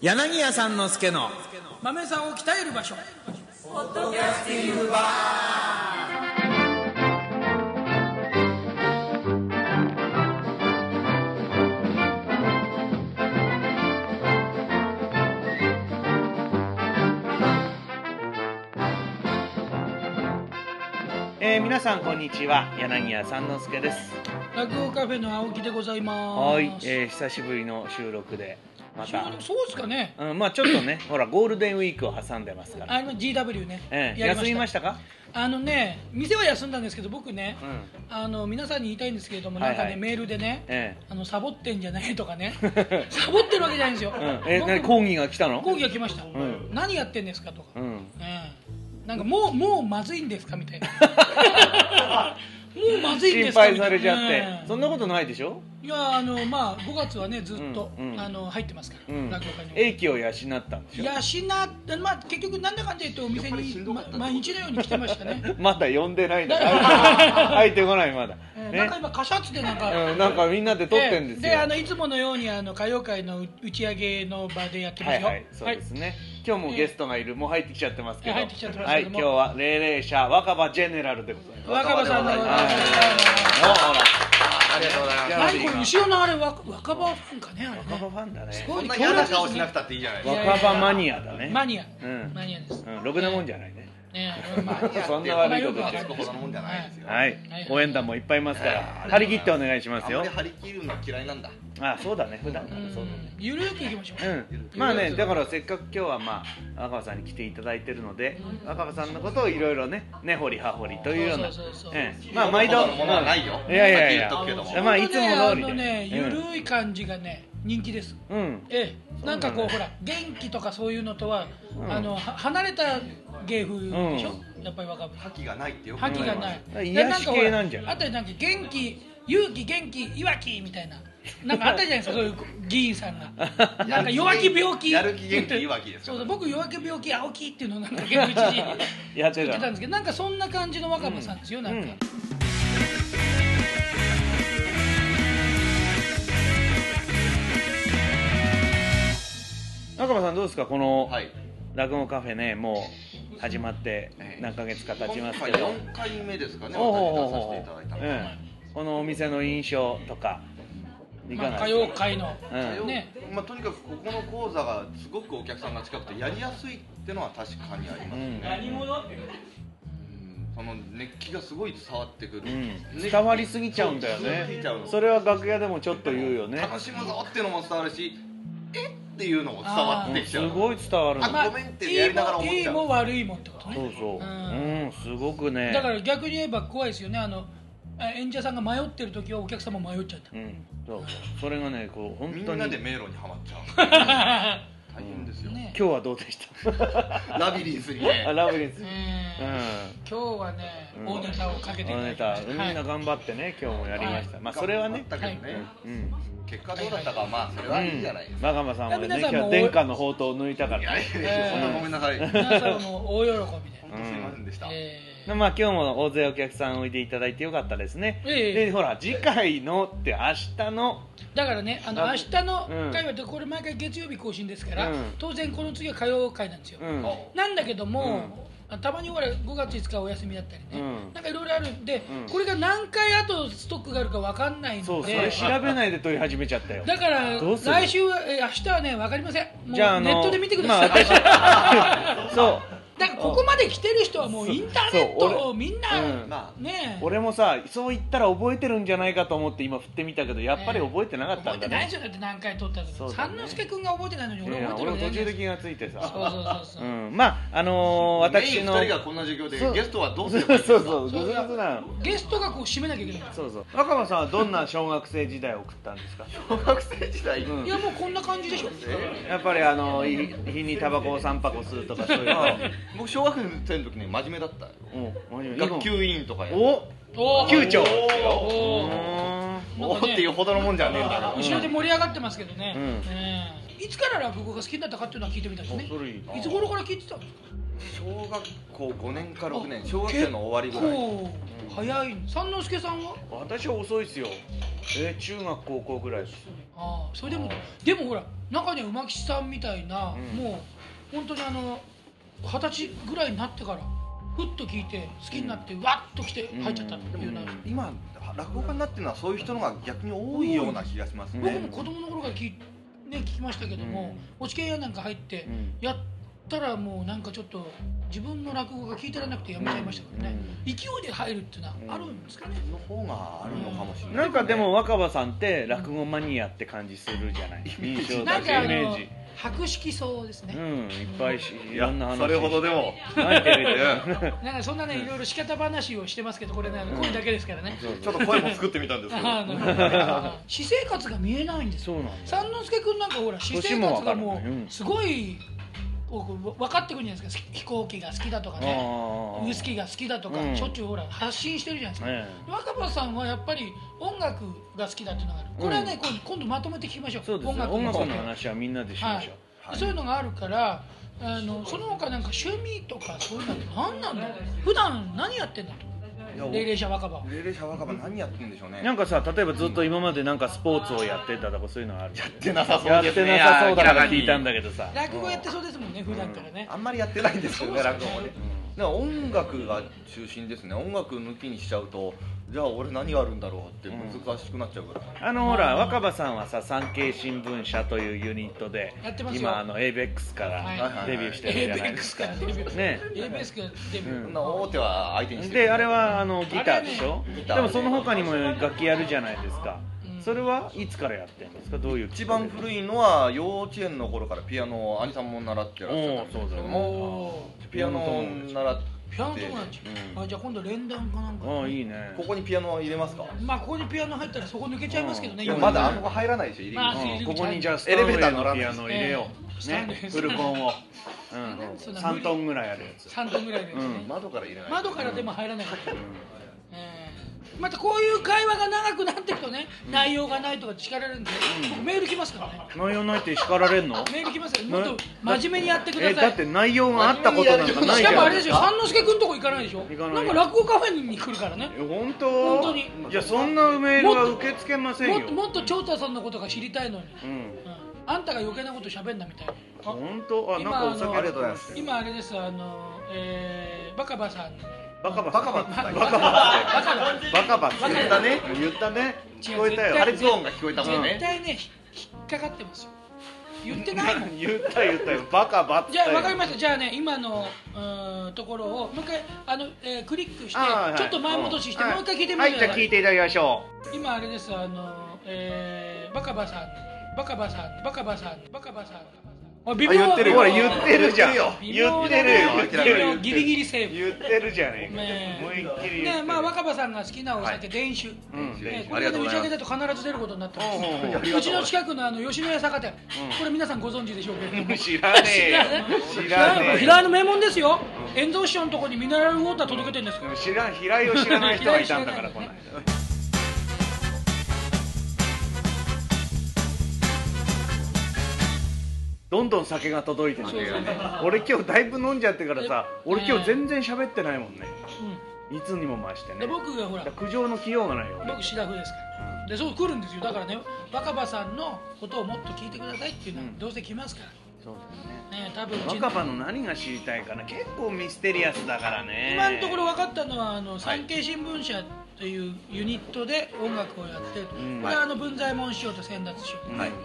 柳家さんの助の豆さんを鍛える場所えー皆さんこんにちは柳家三之助です落語カフェの青木でございますはい、えー久しぶりの収録でま収た録、そうですかねうん、まあちょっとねほらゴールデンウィークを挟んでますから、あの GW ね、えーや休みましたかあのね店は休んだんですけど僕ね、うんあの皆さんに言いたいんですけれども、はいはいなんかねメールでね、えあのサボってんじゃないと かねサボってるわけじゃないんですよ、えうん、えー何僕講義が来たの講義が来ました、ん何やってんですかとか、うんええなんかもうもうまずいんですか みたいなもうまずいん心ですか配みたさいなれちゃって、ええそんなことないでしょ、いやあのまあ5月はねずっと、うんうんあの入ってますかうら、ん落語家に、も英気を養ったんでしょ養ってまあ結局なんだかんだ言ってお店にま毎日のように来てました ねまだ呼んでないんだ入ってこないまだ、えーなんねか今カシャツでなんか、うん、なんかみんなで撮ってんですよ、あのいつものようにあの歌謡界の打ち上げの場でやってまはすいよはい、そうですね、今日もゲストがいる、もう入ってきちゃってますけど、入ってきちゃってますはけい、ど今も日は霊霊者若葉ジェネラルでございます。若葉さんの、はいもうほら、ありがとうございます。何これ後ろのあれ若若葉ファンかねあれね若葉ファンだすね。ごそいねんな強嫌烈なですね顔しなくたっていいじゃないでやすいやいや若葉マニアだね。マニア、うんマニアです、うん、ろくなもんじゃないね。ねえまあか。そんな悪いことはは言ほどのもんじゃないですよ。はいはい、応援団もいっぱいいますから、ね張り切ってお願いしますあんまより。張り切るの嫌いなんだ。あ、そうだね、普段かうらんそうだね。ゆるくいきましょう、うん、まあねだからせっかく今日はまあ若葉さんに来ていただいてるので、若葉さんのことをいろいろね根掘り葉掘りというようなそうそうそうそうええまあ毎度ほどのものはないよまあいやいやいやさっき言っとくけまどもあいつも通りあのねでゆるい感じがね人気ですうんうんええ、なんかこそうほうら元気とかそういうのとは、うんあのは離れた芸風でしょ、やっぱり若葉覇気がないってよく覇言気われがまなすい、うん癒し系なんじゃないあとなんか元気勇気元気いわきみたいななんかあったじゃな いですかそういう議員さんがなんか弱気病気やる気元気いわきですそうよそう僕弱気病気青木っていうのをなんか現物にやって言ってたんたですけどなんかそんな感じの若葉さんですよ、なんか、うん若葉さんどうですかこのはい。落語カフェねもう始まって何ヶ月か経ちますけ今回ど4回目ですかね、おうおうおう私おう出させていただいたのうは。んこのお店の印象とかいかまあ、がで歌す謡か界の、うんねまあ、とにかくここの講座がすごくお客さんが近くてやりやすいってのは確かにありますね、うんその熱気がすごい伝わってくる、うん熱気伝わりすぎちゃうんだよそう伝わりすぎねちゃうのそれは楽屋でもちょっと言うよね楽しむぞっていうのも伝わるしえっていうのも伝わってきちゃうすごい伝わるのあまあごめんってやりながら思っちゃういいもいいも悪いもってことねそうそううんうんすごくねだから逆に言えば怖いですよねあのあ演者さんが迷ってる時はお客様迷っちゃったうんそうそうそれがねこう本み当んなにで今迷路にはまっちゃう大変ですよ、 ね日はどうでしたラビリンスに あねラブリーズうえーん今日はねうん大ネタをかけていあたのだネきまタしみたんはいな頑張ってね今日もやりました、はいまあそれはね頑張ったけどねうん結果どうだったかはまあそれはいいじゃないですか、マガマさんはね皆今さん日もは殿下の宝刀を抜いたかいやらいやいやそんなごめんなさい本皆さんも大喜び で、当すいませんでした、えーまあ今日も大勢お客さんおいでいただいてよかったですね、ええでほら次回のって明日のだからねあの明あ日の会はこれ毎回月曜日更新ですから、うん当然この次は火曜会なんですよ、うんあなんだけども、たまにほら5月5日お休みだったりね、うんなんかいろいろあるんで、うんこれが何回あとストックがあるかわかんないんでそうそれ調べないで撮り始めちゃったよだからどうする来週はえー明日はねわかりませんもうじゃああのネットで見て ください、まあ私そうだからここまで来てる人はもうインターネッそうトを俺みんな、うんまあねえ俺もさそう言ったら覚えてるんじゃないかと思って今振ってみたけどやっぱり覚えてなかった覚えんてだないねですよだって何回撮ったそと、うだね三之助君が覚えてないのにい俺や覚えて俺るわけ途ない中じゃなでい気がついてさそうそうそうそうう、ん、まああのー私のメイン2人がこんな授業でそうゲストはどうすそうればいいんですそかうそうぐずぐずなのゲストがこう締めなきゃいけない、そうそう若葉さんはどんな小学生時代を送ったんですか小学生時代、んいやもうこんな感じでしょ、やっぱりあのい日にタバコを3箱吸うとかそういうの僕小学生の時ね真面目だったようん学級委員とかやおおー九丁おうーーんおおっていうほどのもんじゃねえんだけど後ろで盛り上がってますけどね、うんええいつから落語が好きになったかっていうのは聞いてみたいですねあそれいいないつ頃から聞いてたんですか小学校5年か6年小学生の終わりぐらいおー早いね三之助さんは私は遅いっすよえー中学高校ぐらいですああそれでもあでもほら中には馬吉さんみたいな、うんもう本当にあの二十歳ぐらいになってからふっと聞いて好きになって、わっと来て入っちゃったっていうな、うん今落語家になってるのはそういう人の方が逆に多いような気がします僕ねも子供の頃から聞,、ね、聞きましたけども、お知見屋なんか入って、うんやったらもうなんかちょっと自分の落語が聞いてられなくてやめちゃいましたからね、勢いで入るっていうのはあるんですかね、の方があるのかもしれない、なんかでも若葉さんって落語マニアって感じするじゃない印象だなんしイかあメーのジ博識そうですうね、んいっぱいしいいろやんな話それほどでもないけれどなんかそんなねいろいろ仕方話をしてますけどこれねあの声だけですからね、ちょっと声も作ってみたん ですけどあなるほどね私生活が見えないんですそようなんだ三之助君なんかほら私年生活がもわもかるねうんうすごいこう分かってくるじゃないですか飛行機が好きだとかねウイスーキーが好きだとか、うんしょっちゅうほら発信してるじゃないですか、え若葉さんはやっぱり音楽が好きだっていうのがあるこれはね、うんこう今度まとめて聞きましょうえそうですね音こ楽との話はみんなでしましょうはいそういうのがあるからあのその他なんか趣味とかそういうのって何なんだろう普段何やってんだといやお霊々者若葉はレイレイシャワカバ何やってるんでしょうねなんかさ例えばずっと今までなんかスポーツをやってたとかそういうのはあるやってなさそやうっですてねなさそうだか明ららかに聞いたんだけどさ落語やってそうですもんね普段からね、あんまりやってないんですけどねそうそう落語もねだから音楽が中心ですね音楽抜きにしちゃうとじゃあ俺何があるんだろうって難しくなっちゃうから、あのほら若葉さんはさ産経新聞社というユニットでやってますよ今あの ABEX からはいデビューしてるじゃない ABEX ですかからデビューね ABEX からデビうそュんーな大手は相手にしてであれはあのギターでしょあれねギターでもその他にも楽器やるじゃないですかうんそれはいつからやってるんですかどういう一番古いいのは幼稚園の頃からピアノを兄さんも習ってらっしゃったんですけどおもおピアノを習ってーピアノ友達、あじゃあ今度連弾かなんかああいいねここにピアノを入れますかまあここにピアノ入ったらそこ抜けちゃいますけどねういんや今まだあの子入らないでしょ入りまあ口うんここにじゃあスタエンレレーベーター乗のらないピアノを入れようええねスタフンレールコンをなんでそんな無理3トンぐらいあるやつ3分ぐらいで、うね窓から入れない窓からでも入らないから、えーまたこういう会話が長くなっていくとね、内容がないとか叱られるんで、僕メール来ますからね内容ないって叱られんのメール来ますよもっと真面目にやってくださいえだって内容があったことなんかないしじゃかんもあれですよ三之助君とこ行かないでしょ行かないんか落語カフェに来るからねえ本当本当にいやそんなメールは受け付けませんよもっともっと長太さんのことが知りたいのに、うんうんあんたが余計なこと喋んなみたいな本当あなん今かお酒あののありがとうございます今あれですあの、えー、バカバさんバカババカバカカバカバカババカバカ言ったね言ったね違聞うこえたよ破裂音が聞こえたもん絶ね対ねひ引っかかってますよ言ってないもん 言った言ったよバカバカじゃあ分かりましたじゃあね今のうーんところをもう一回あの、えークリックして、ちょっと前戻しして、もう一回聞いてみはていくじだゃあさ聞いいていただきましょ今あれですあの、えー、バカバさんバカバさんバカバさんバカバさんあ微あ言ってうるよほら言ってるじゃん微言妙っだてねるよ言ってる微妙ギリギリセーブ言ってるじゃねねええか思いっきり言ってねるまあ若葉さんが好きなお酒、伝酒、うんね、こあれりでがとう打ごちざ上いまげすだと必ず出ることになってうんうんうんますうちの近くのあの吉野家酒店、これ皆さんご存知でしょうけれども知らねえよ知らねえよ平井の名門ですよ遠藤師匠のところにミネラルウォーター届けてるんですから知らん平井を知らない人がいたんだからこの間どんどん酒が届いてるんだよね俺今日だいぶ飲んじゃってからさえ俺今日全然喋ってないもんねういつにも増してん、でね僕がほらだから苦情の器用がないよ俺僕シラフですからでそう来るんですよだからね若葉さんのことをもっと聞いてくださいっていうのはうんどうせ来ますから、そうだね多分うちねの若葉の何が知りたいかな結構ミステリアスだからね今のところ分かったのはあの産経新聞社というユニットで音楽をやってる、んこれはあの文在門師匠と先達師匠、うんはいはい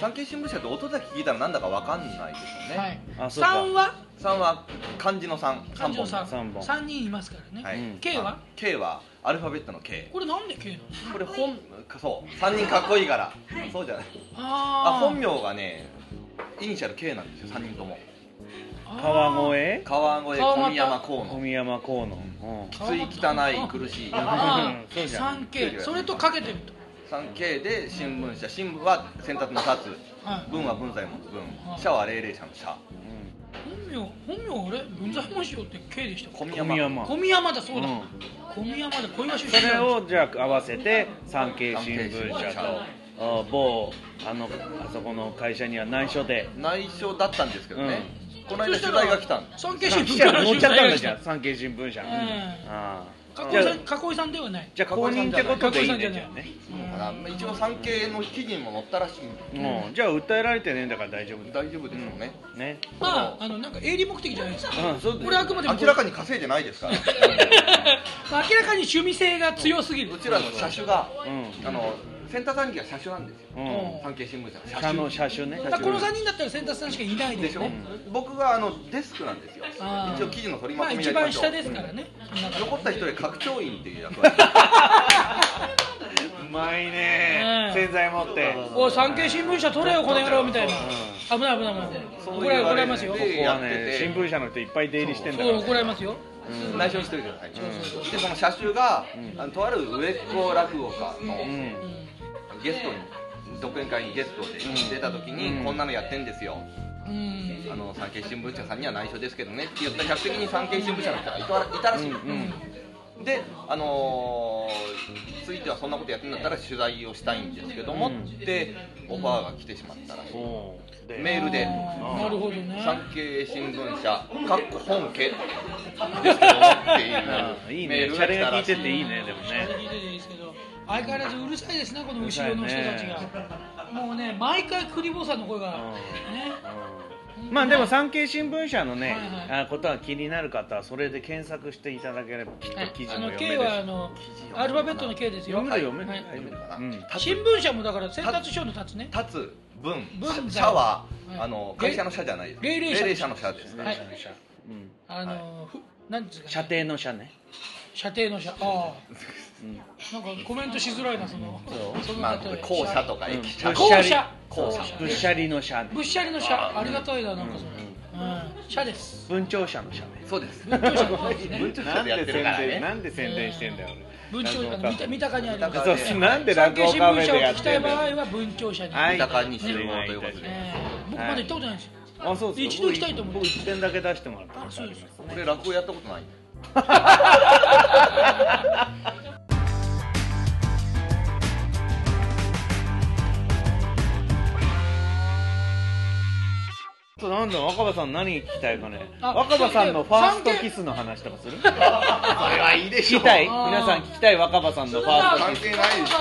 産経新聞社って音だけ聞いたらなんだかわかんないですよね、はいあそうか3は3は漢字の3三条さん三本3人いますからね、はいうん K は K はアルファベットの K これなんで K なのこれ本そう3人かっこいいからそうじゃないああー本名がねイニシャル K なんですよ3人とも川あ越川越川又小宮山河小野宮山河野うんきつい汚い苦しいあそうじゃんー 3K それとかけてると 3K で新聞社新聞は選択の立はいつ文は文左衛門のはい文社は霊霊社の社本名本名あれ文在門師匠って K でしたっけ小宮小宮山山小宮山だそうだ、うん小宮山だ小岩出身それなんでをじゃあ合わせて産経新聞社とあ某あのあそこの会社には内緒で内緒だったんですけどねこのすよ間取材が来たんです そしたら産記者が乗経新聞からっ取ちゃっ材たんがだ来じゃんた産経新聞社、んあ加工さん加工さんではないじゃあ公認ってことでいいねじゃあねそうかなまあ一応産経の記事にも載ったらしいんでうんじゃあ訴えられてねえんだから大丈夫だ大丈夫でしょうね、ねまああのなんか営利目的じゃないですかうんそうこれあくまでも明らかに稼いでないで すからまあ明らかに趣味性が強すぎるうちらの車種が、うあのセンター産経は車種なんですよ、んうん産経新聞社の車の車種ねだからこの3人だったら先達さんしかいないでですしょ、ね僕があのデスクなんですよあー一応記事の取りままあとめ一やりま番しょう、下ですからね残った一人は拡張員っていう役割うまいねうん洗剤持っておい産経新聞社取れよこの野郎みたいな危ない危ない危ないそう怒られ言怒らわれれますよてここはね新聞社の人いっぱい出入りしてんだかそうら怒られますよ内緒にしといてください、でその車種が、あのとある売れっ子落語家の、うんゲストに独演会にゲストで出た時に、うんこんなのやってんですよ、うんあの産経新聞社さんには内緒ですけどねって言った客席に産経新聞社の人がいたいたらしい、うんであのーついてはそんなことやってんだったら取材をしたいんですけども、うんってオファーが来てしまったらしい、そうでメールであーなるほどね産経新聞社かっこ本家ですけどもってうんいいういメーねルシがャ来レがた効らいしいてていいねでもね聞いてていいですけど相変わらずうるさいですねこの後ろの人たちが、もうね毎回栗坊さんの声が、うんうねんまあでも産経新聞社のね、はいあことは気になる方はそれで検索していただければきっと記事あもの読める K しはあのアルファベットの K ですよ読める読める、はい読めるはういん新聞社もだから先達書の達ね立つ文文社は、はいあの会社の社じゃないです霊霊社社の社ですから、はいうんあの、ふなんですか射程の社ね、射程の社あうんうんあなんかコメントしづらいなそのそのまあ例え校舎とか駅舎ぶっとかしゃり校舎校舎ぶっしゃりの社ねぶっしゃりの社ありがたいななんかそれ、うん、社 です文鳥社の社ねそうです文鳥社の社ですね文鳥社でやってるからねなんで宣伝してんだよ文鳥あの三田三鷹にあります俺そうなんで産落経語新カフ聞ェ社をでやっ聞きたていん場合だよは文鳥社に、はい三鷹に集合ということで、ええ僕まだ行ったことないんですよ、あそうですか一度行きたいと思って僕一点だけ出してもらったことありますあ俺落語やったことないちょっとなんだ若葉さん何聞きたいかねあ若葉さんのファーストキスの話とかするそれはいいでしょ聞きたいあー皆さん聞きたい若葉さんのファースト関キス係ないです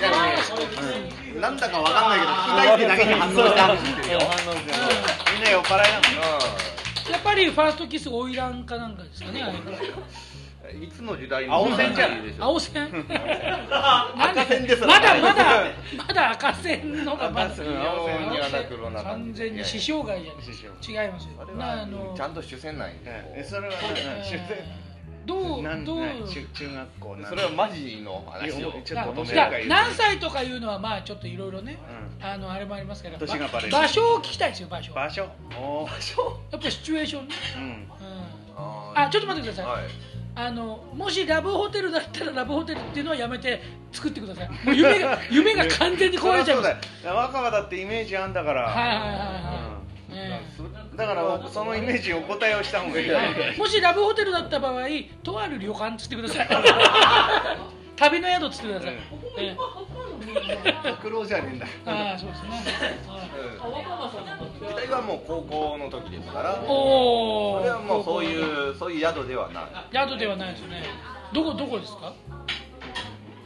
いやいやなんだかわかんないけど聞きたいってだけに反応した話してるよ、みんな酔っ払いなのやっぱりファーストキス花魁かなんかですかねあれうん、いつの時代の青線じゃんいいでしょ青線赤線ですらまだまだまだ赤線のがまだ赤線微妙にはなくろな完感じ全に師匠外じゃない師匠違いますよあれなはあのちゃんと主戦内えそれはえ何ー中どう何どう何中中学校何それはマジのいや話おを前ちょっだとか乙女らが言う何歳とかいうのはまあちょっといろいろね、うあのあれもありますから年がバレる場所を聞きたいですよ場所やっ場所おーぱりシチュエーションね、うんうんああちょっと待ってください、はいあのもしラブホテルだったらラブホテルっていうのはやめて作ってく ださいもう夢が夢が完全に壊れちゃいそりゃそうますだよ若葉だってイメージあんだからはいはいはいはい、ねうんだからそのイメージにお答えをした方がいいよえもしラブホテルだった場合とある旅館っつってくだ さい旅の宿っつってください、え苦労じゃねえんだえああそうですね、はい時代はもう高校の時ですからおおそれはもうそういうそういう宿ではない宿ではないですねどこどこですか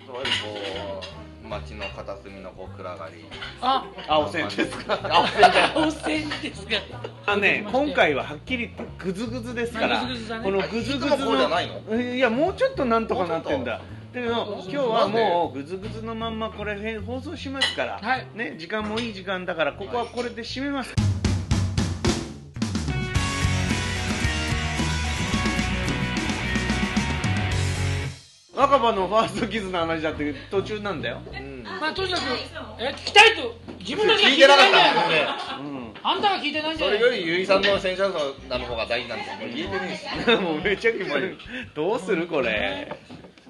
そういうこう街の片隅のこう暗がりあ青線ですか 青線じゃん 温泉ですがあのね、今回ははっきり言ってグズグズですから、グズグズだねこのグズグズいつもこうじゃないのいやもうちょっとなんとかなってんだでも今日はもうグズグズのまんまこれへん放送しますから、はいね、時間もいい時間だからここはこれで締めます、若葉のファーストキスの話だって途中なんだよ、うんまあとにかくえ聞きたいと自分たちが聞聞いていてななかいんじゃったないもんねうん、 あんたが聞いてないんじゃそなれいよりゆいさんの洗車なの方が大事なんですよこれ言えてねえしもうめちゃくちゃどうするこれ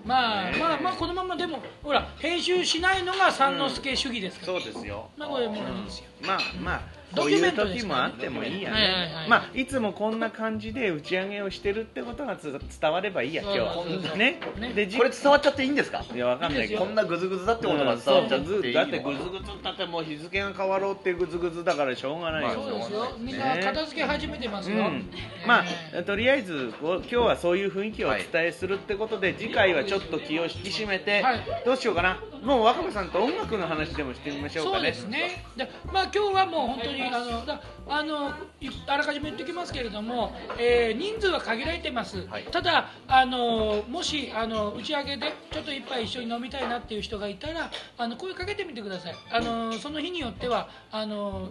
まあねえまあまあこのままでもほら編集しないのが三之助主義ですから、そうですよまあこれもういいですよまあまあこういうドキュメントです時もからあねってもいいやはいはいはいねまあいつもこんな感じで打ち上げをしてるってことがつ伝わればいいや今日そうなんではすねねでじこれ伝わっちゃっていいんですかいやわかんないけどこんなグズグズだってことが伝わっちゃっていいだってグズのかグズだってもう日付が変わろうっていうグズグズだからしょうがないまあそうですよみんなね片付け始めてますよ、うんまえあとりあえずこう今日はそういう雰囲気をお伝えするってことで、次回はちょっと気を引き締めて、はいどうしようかなもう若葉さんと音楽の話でもしてみましーょうそかうねですねでまあ今日はもう本当にあのだあのいあらかじめ言っておきますけれども、えー人数は限られてます、はいただあのもしあの打ち上げでちょっと一杯一緒に飲みたいなっていう人がいたらあの声かけてみてくださいあのその日によってはあの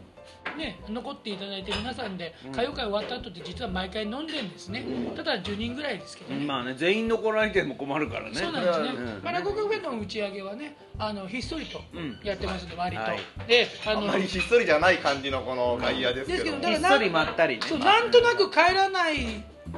ね、残っていただいて皆さんで歌謡会終わった後で実は毎回飲んでるんですね、ただ10人ぐらいですけどね、まあね全員残られても困るからねそうなんですねこれはう。んまあ落語カフェの打ち上げはね、あのひっそりとうんやってますんで、割とはい。で、ああんのまりひっそりじゃない感じのこの外野ですけどですけどだひっそりまったりねそうなんとなく帰らない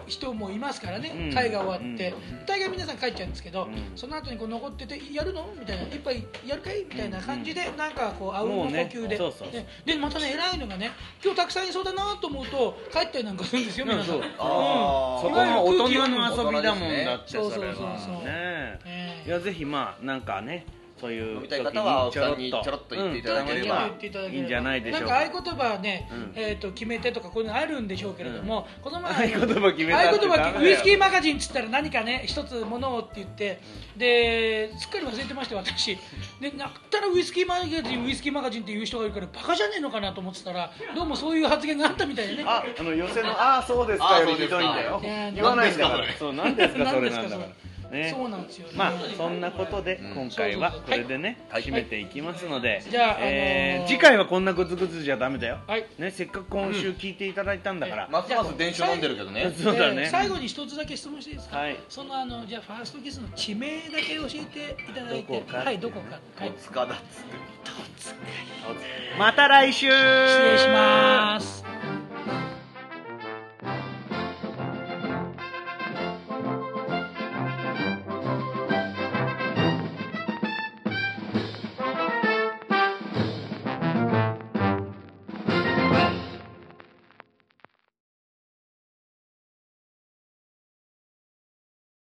人もいますからねう。ん会が終わってう、大概皆さん帰っちゃうんですけどん、その後にこう残っててやるのみたいな、一杯やるかいみたいな感じでなんかこうあうんの呼もうね吸でそうそうそうね。でまたね偉いのがね、今日たくさんいそうだなと思うと帰ったりなんかするんですよ皆さん。ううんんそうあーそこは大人の遊びだもんだってそそうそうそれうそうはねねいやぜひまあなんかねそういう飲みたい方は青木さんにちょろっと言っていただければうんただければいいんじゃないでしょうなんかか合言葉はね、うんえっ、と決めてとかこういうのあるんでしょうけれども、この前合言葉決めた合って言ダメだ葉よウイスキーマガジンっつったら何かね一つものをって言って、ですっかり忘れてましたよ私でなったらウイスキーマガジンウイスキーマガジンっていう人がいるからバカじゃねえのかなと思ってたらどうもそういう発言があったみたいでねああの寄せの「ああそうですか」よりひどいんだよいや言わないんだかなんらですかそうなんですかそれ何なんだかそれらねそうなんですよ、ね、まあそんなことで今回はそうそうこそうれでねはい締めていきますのでじゃああえのーー次回はこんなグズグズじゃダメだよはいねせっかく今週聞いていただいたんだからますます電車飲んでるけどねそうだえねー最後に一つだけ質問していいですか、はいそのあのじゃあファーストキスの地名だけ教えていただいてどこかはいどこか、はい、塚だっつってまた来週失礼します